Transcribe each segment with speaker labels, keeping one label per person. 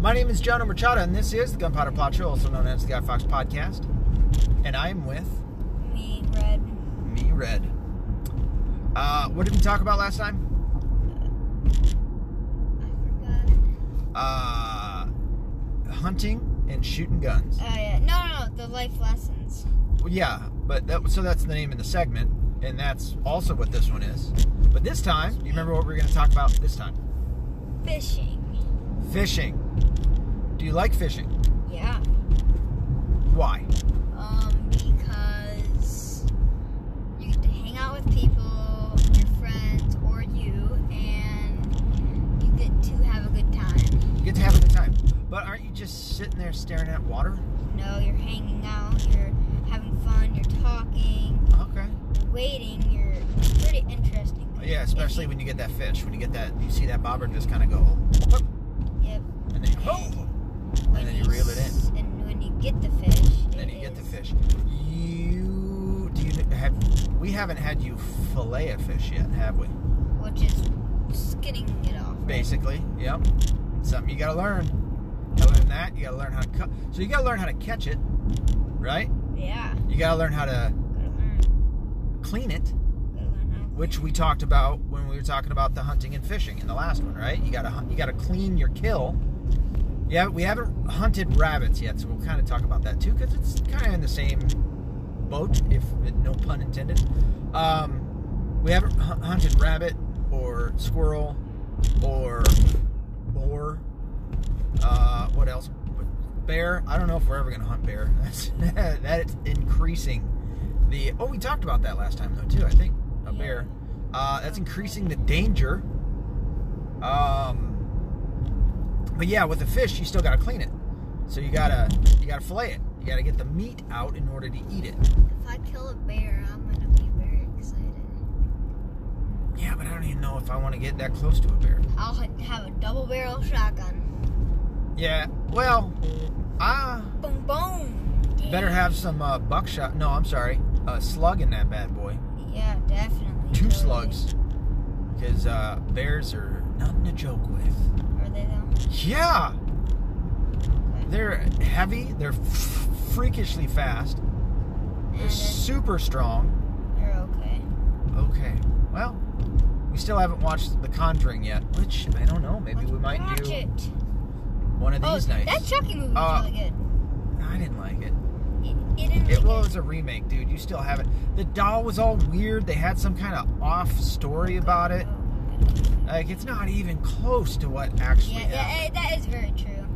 Speaker 1: My name is Jonah Machado, and this is the Gunpowder Plot Show, also known as the Guy Fox Podcast. And I'm with
Speaker 2: Me, red.
Speaker 1: me, Red. Uh, what did we talk about last time?
Speaker 2: I forgot.
Speaker 1: Uh, hunting and shooting guns.
Speaker 2: Oh yeah. No, no, no. The life lessons.
Speaker 1: Well, yeah, but that, so that's the name of the segment, and that's also what this one is. But this time, you remember what we are going to talk about this time?
Speaker 2: Fishing.
Speaker 1: Fishing. Do you like fishing?
Speaker 2: Yeah.
Speaker 1: Why?
Speaker 2: Um, because you get to hang out with people, your friends, or you, and you get to have a good time.
Speaker 1: You get to have a good time. But aren't you just sitting there staring at water?
Speaker 2: No, you're hanging out. You're having fun. You're talking.
Speaker 1: Okay.
Speaker 2: You're waiting. You're it's pretty interesting.
Speaker 1: Yeah, especially when you get that fish. When you get that, you see that bobber just kind of go, whoop,
Speaker 2: Yep.
Speaker 1: and then you, oh,
Speaker 2: When
Speaker 1: then you reel it
Speaker 2: s- And when you get the fish.
Speaker 1: then
Speaker 2: it
Speaker 1: you get the
Speaker 2: is-
Speaker 1: fish. You do you have? We haven't had you fillet a fish yet, have we?
Speaker 2: Which is skinning it off. right?
Speaker 1: Basically, yep. It's something you got to learn. Other than that, you got to learn how to cut. So you got to learn how to catch it, right?
Speaker 2: Yeah.
Speaker 1: You got to learn how to
Speaker 2: Gotta learn.
Speaker 1: clean it,
Speaker 2: Gotta learn how.
Speaker 1: which we talked about when we were talking about the hunting and fishing in the last one, right? You gotta hunt- you gotta clean your kill. Yeah, we haven't hunted rabbits yet, so we'll kind of talk about that too, because it's kind of in the same boat, if no pun intended. Um, we haven't hu- hunted rabbit or squirrel or boar. Uh, what else? Bear. I don't know if we're ever gonna hunt bear. That's that is increasing the. Oh, we talked about that last time though too. I think a
Speaker 2: Yeah.
Speaker 1: bear. Uh, that's increasing the danger. Um, but yeah, with a fish, you still gotta clean it. So you gotta you gotta fillet it. You gotta get the meat out in order to eat it.
Speaker 2: If I kill a bear, I'm gonna be very excited.
Speaker 1: Yeah, but I don't even know if I want to get that close to a bear.
Speaker 2: I'll ha- have a double barrel shotgun.
Speaker 1: Yeah, well, I
Speaker 2: Boom, boom. Yeah.
Speaker 1: better have some uh, buckshot. No, I'm sorry, a slug in that bad boy.
Speaker 2: Yeah, definitely.
Speaker 1: Two
Speaker 2: totally.
Speaker 1: slugs, because uh, bears are nothing to joke with.
Speaker 2: Are they though?
Speaker 1: Yeah,
Speaker 2: Okay.
Speaker 1: they're heavy. They're f- freakishly fast.
Speaker 2: And
Speaker 1: They're
Speaker 2: they're,
Speaker 1: super strong.
Speaker 2: they're okay.
Speaker 1: Okay, well, we still haven't watched The Conjuring yet, which I don't know. Maybe
Speaker 2: Watch-
Speaker 1: we might
Speaker 2: watch
Speaker 1: do
Speaker 2: it.
Speaker 1: one of
Speaker 2: Oh,
Speaker 1: these nights.
Speaker 2: that Chucky movie was
Speaker 1: Uh,
Speaker 2: really good.
Speaker 1: I didn't like it.
Speaker 2: It, it didn't.
Speaker 1: It
Speaker 2: make
Speaker 1: was a remake, dude. You still have it. The doll was all weird. They had some kind of off story about it.
Speaker 2: Oh
Speaker 1: Like it's not even close to what actually
Speaker 2: Yeah, yeah,
Speaker 1: happened.
Speaker 2: eh, that is very true.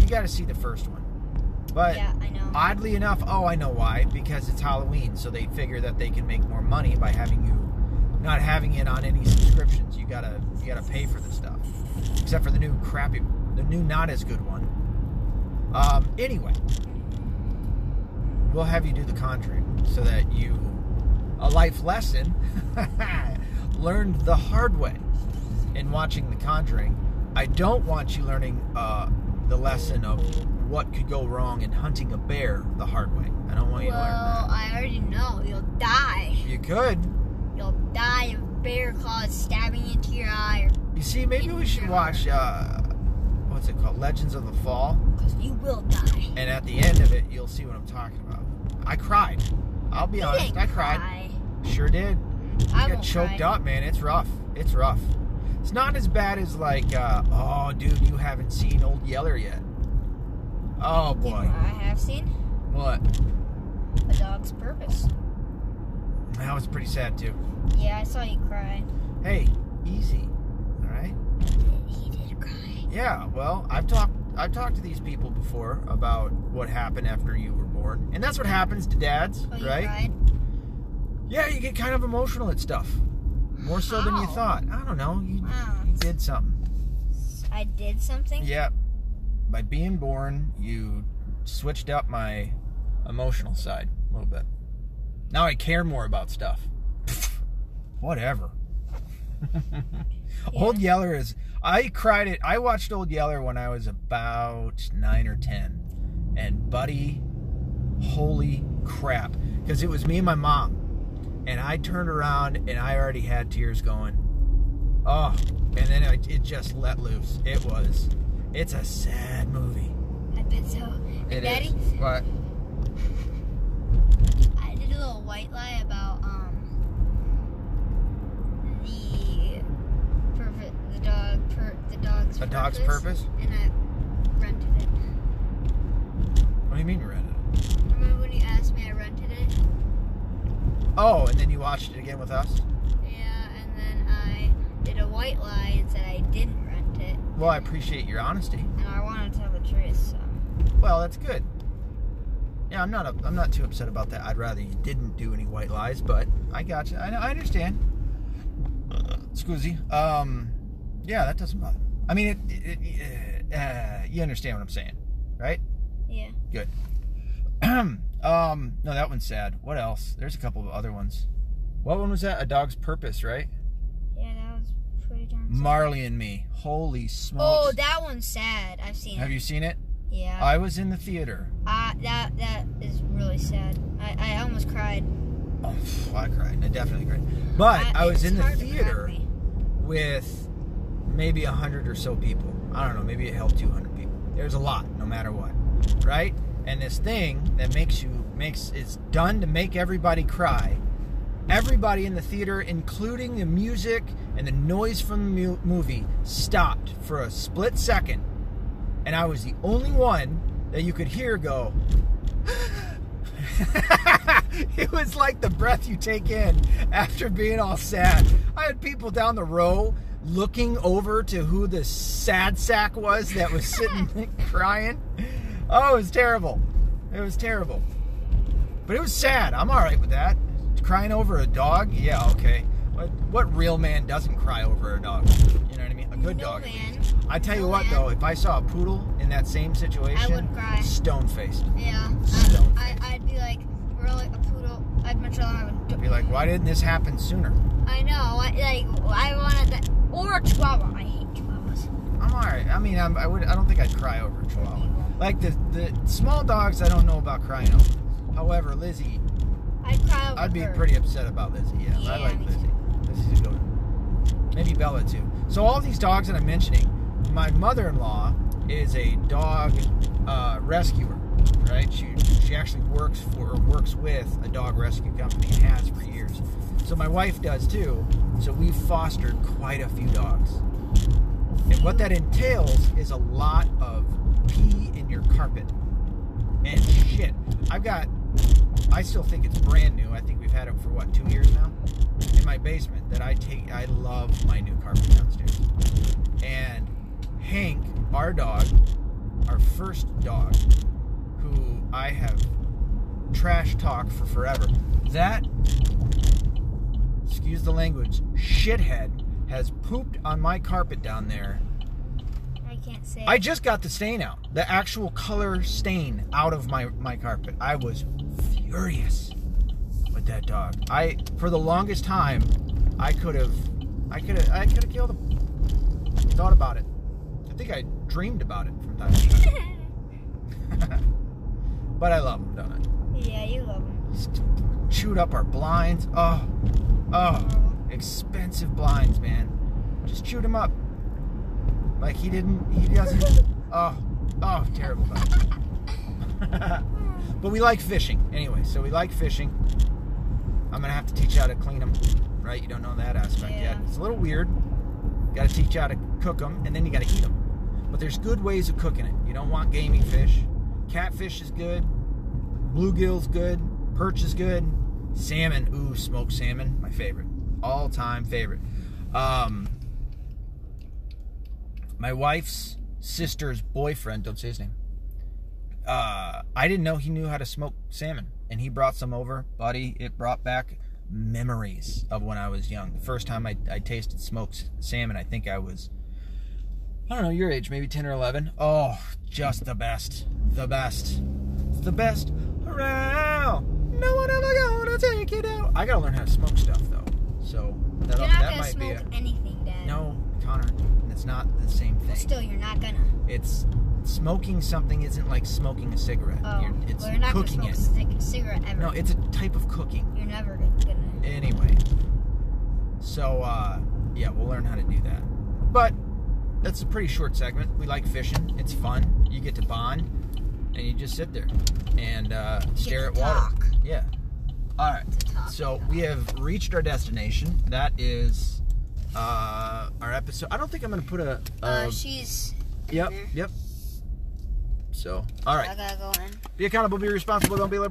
Speaker 1: You got to see the first one. But
Speaker 2: yeah, I know.
Speaker 1: oddly enough, oh, I know why. Because it's Halloween, so they figure that they can make more money by having you not having it on any subscriptions. You gotta you gotta pay for the stuff, except for the new crappy, the new not as good one. Um, anyway, we'll have you do the Conjuring so that you a life lesson learned the hard way in watching the Conjuring. I don't want you learning uh, the lesson of what could go wrong in hunting a bear the hard way. I don't want you
Speaker 2: well,
Speaker 1: to learn that.
Speaker 2: I already know. You'll die.
Speaker 1: You could.
Speaker 2: You'll die of bear claws stabbing into your eye,
Speaker 1: You see, maybe we should watch uh, what's it called, Legends of the Fall,
Speaker 2: because you will die.
Speaker 1: and at the end of it, you'll see what I'm talking about. I cried. I'll be
Speaker 2: You
Speaker 1: honest.
Speaker 2: didn't
Speaker 1: I cried. Sure did.
Speaker 2: I
Speaker 1: got
Speaker 2: won't
Speaker 1: choked
Speaker 2: cry.
Speaker 1: up, man. It's rough. It's rough. It's not as bad as like, uh, oh, dude, you haven't seen Old Yeller yet. Oh
Speaker 2: You know
Speaker 1: boy,
Speaker 2: what I have seen
Speaker 1: what?
Speaker 2: a dog's purpose.
Speaker 1: That was pretty sad too.
Speaker 2: Yeah, I saw you cry.
Speaker 1: Hey, easy. All right.
Speaker 2: He did cry.
Speaker 1: Yeah. Well, I've talked. I've talked to these people before about what happened after you were born, and that's what happens to dads,
Speaker 2: Oh, you
Speaker 1: right?
Speaker 2: cried?
Speaker 1: Yeah, you get kind of emotional at stuff, more so than you
Speaker 2: How?
Speaker 1: thought. I don't know. You,
Speaker 2: Wow.
Speaker 1: you did something.
Speaker 2: I did something.
Speaker 1: Yeah. By being born, you switched up my emotional side a little bit. Now I care more about stuff. Pfft, Whatever. Old Yeller is. I cried it. I watched Old Yeller when I was about nine or ten, and buddy, holy crap! Because it was me and my mom, and I turned around and I already had tears going. Oh, and then I, it just let loose. It was It's a sad movie.
Speaker 2: I bet so. And
Speaker 1: It is.
Speaker 2: Daddy,
Speaker 1: What?
Speaker 2: I did a little white lie about um the perfect the dog per the dog's
Speaker 1: A dog's purpose?
Speaker 2: and I rented it.
Speaker 1: What do you mean you rented it?
Speaker 2: Remember when you asked me? I rented it.
Speaker 1: Oh, and then you watched it again with us?
Speaker 2: Yeah, and then I did a white lie and said I didn't rent it,
Speaker 1: Well, I appreciate your honesty.
Speaker 2: and I want to tell the truth. So
Speaker 1: Well, that's good. Yeah, I'm not i I'm not too upset about that. I'd rather you didn't do any white lies, but I got you. I, I understand. Excuse me. Um, yeah, that doesn't bother. me. I mean, it, it, uh, you understand what I'm saying, right?
Speaker 2: yeah,
Speaker 1: Good. um, no, that one's sad. What else? There's a couple of other ones. What one was that? A dog's purpose, right?
Speaker 2: yeah, that was pretty darn. sad.
Speaker 1: Marley and me. Holy smokes!
Speaker 2: Oh, that one's sad. I've seen
Speaker 1: Have
Speaker 2: it.
Speaker 1: you seen it?
Speaker 2: Yeah.
Speaker 1: I was in the theater.
Speaker 2: I, that that is really sad. I, I almost cried.
Speaker 1: Oh, pff, I cried. I definitely cried. But I, was
Speaker 2: it's
Speaker 1: in the
Speaker 2: hard to cry.
Speaker 1: theater with maybe 100 or so people. I don't know, maybe it held 200 people. There's a lot, no matter what. Right? And this thing that makes you, makes, it's done to make everybody cry. Everybody in the theater, including the music and the noise from the mu- movie, stopped for a split second. And I was the only one that you could hear go, it was like the breath you take in after being all sad. I had people down the row looking over to who the sad sack was that was sitting crying. Oh, it was terrible. It was terrible. But it was sad. I'm all right with that. Crying over a dog? Yeah, okay. What, what real man doesn't cry over a dog? You know what I mean? A good
Speaker 2: No,
Speaker 1: dog. at
Speaker 2: man.
Speaker 1: least. I tell you
Speaker 2: No,
Speaker 1: what,
Speaker 2: man.
Speaker 1: though, if I saw a poodle in that same situation,
Speaker 2: cry.
Speaker 1: stone faced.
Speaker 2: Yeah.
Speaker 1: Stone
Speaker 2: I, I, I'd be like, really, a poodle. I'd much rather have a.
Speaker 1: Be like, why didn't this happen sooner?
Speaker 2: I know. I, like, I wanted that. Or a chihuahua. I hate chihuahuas.
Speaker 1: I'm alright. I mean, I'm, I would. I don't think I'd cry over a chihuahua. Like the the small dogs, I don't know about crying over. However, Lizzie,
Speaker 2: I'd cry over
Speaker 1: I'd be
Speaker 2: her.
Speaker 1: pretty upset about Lizzie. Yeah, I
Speaker 2: Yeah,
Speaker 1: like
Speaker 2: me
Speaker 1: Lizzie. Lizzie's a good. one. Maybe Bella too. So all these dogs that I'm mentioning, my mother-in-law is a dog uh, rescuer, right? She she actually works for or works with a dog rescue company and has for years. So my wife does too. So we've fostered quite a few dogs. And what that entails is a lot of pee in your carpet and shit. I've got, I still think it's brand new. I think we've had it for what, two years now? In my basement that I take, I love my new carpet downstairs. And Hank, our dog, our first dog, who I have trash talked for forever, that, excuse the language, shithead has pooped on my carpet down there.
Speaker 2: I can't say.
Speaker 1: I just got the stain out, the actual color stain out of my my carpet. I was furious with that dog. I for the longest time, I could have, I could have, I could have killed him. I thought about it. I think I dreamed about it from time to time. but I love him, don't I?
Speaker 2: yeah, you love them.
Speaker 1: He's chewed up our blinds. Oh, oh, expensive blinds, man. Just chewed him up. Like he didn't. He doesn't. Oh, oh, terrible. dog. but we like fishing anyway, so we like fishing. I'm gonna have to teach you how to clean them, right? You don't know that aspect yet.
Speaker 2: Yeah.
Speaker 1: It's a little weird. Got to teach you how to cook them, and then you got to eat them. But there's good ways of cooking it. You don't want gamey fish. Catfish is good. Bluegill's good. Perch is good. Salmon, ooh, smoked salmon, my favorite, all-time favorite. Um, my wife's sister's boyfriend, don't say his name. Uh, I didn't know he knew how to smoke salmon, and he brought some over, buddy. It brought back memories of when I was young. The first time I, I tasted smoked salmon, I think I was, I don't know, your age, maybe ten or eleven. Oh, just the best, the best, it's the best around. No one ever gonna take it out. I gotta learn how to smoke stuff though, so that,
Speaker 2: You're not
Speaker 1: that
Speaker 2: gonna
Speaker 1: might be
Speaker 2: smoke
Speaker 1: a
Speaker 2: anything, Dad.
Speaker 1: no, Connor, it's not the same
Speaker 2: Well,
Speaker 1: thing.
Speaker 2: still, you're not gonna.
Speaker 1: It's smoking something isn't like smoking a cigarette.
Speaker 2: Oh,
Speaker 1: You're- it's
Speaker 2: well, you're not
Speaker 1: cooking
Speaker 2: gonna
Speaker 1: it.
Speaker 2: smoke a cig- cigarette ever.
Speaker 1: No, it's a type of cooking.
Speaker 2: you're never gonna.
Speaker 1: Anyway, so uh, yeah, we'll learn how to do that. But that's a pretty short segment. We like fishing. It's fun. You get to bond, and you just sit there and uh, stare at
Speaker 2: to
Speaker 1: water.
Speaker 2: talk.
Speaker 1: Yeah. All right.
Speaker 2: To talk
Speaker 1: So
Speaker 2: about
Speaker 1: we have reached our destination. That is uh, our episode. I don't think I'm gonna put a. a
Speaker 2: Uh, she's. in
Speaker 1: yep.
Speaker 2: there.
Speaker 1: Yep. So all
Speaker 2: I
Speaker 1: right.
Speaker 2: gotta go in.
Speaker 1: Be accountable. Be responsible. Don't be liberal.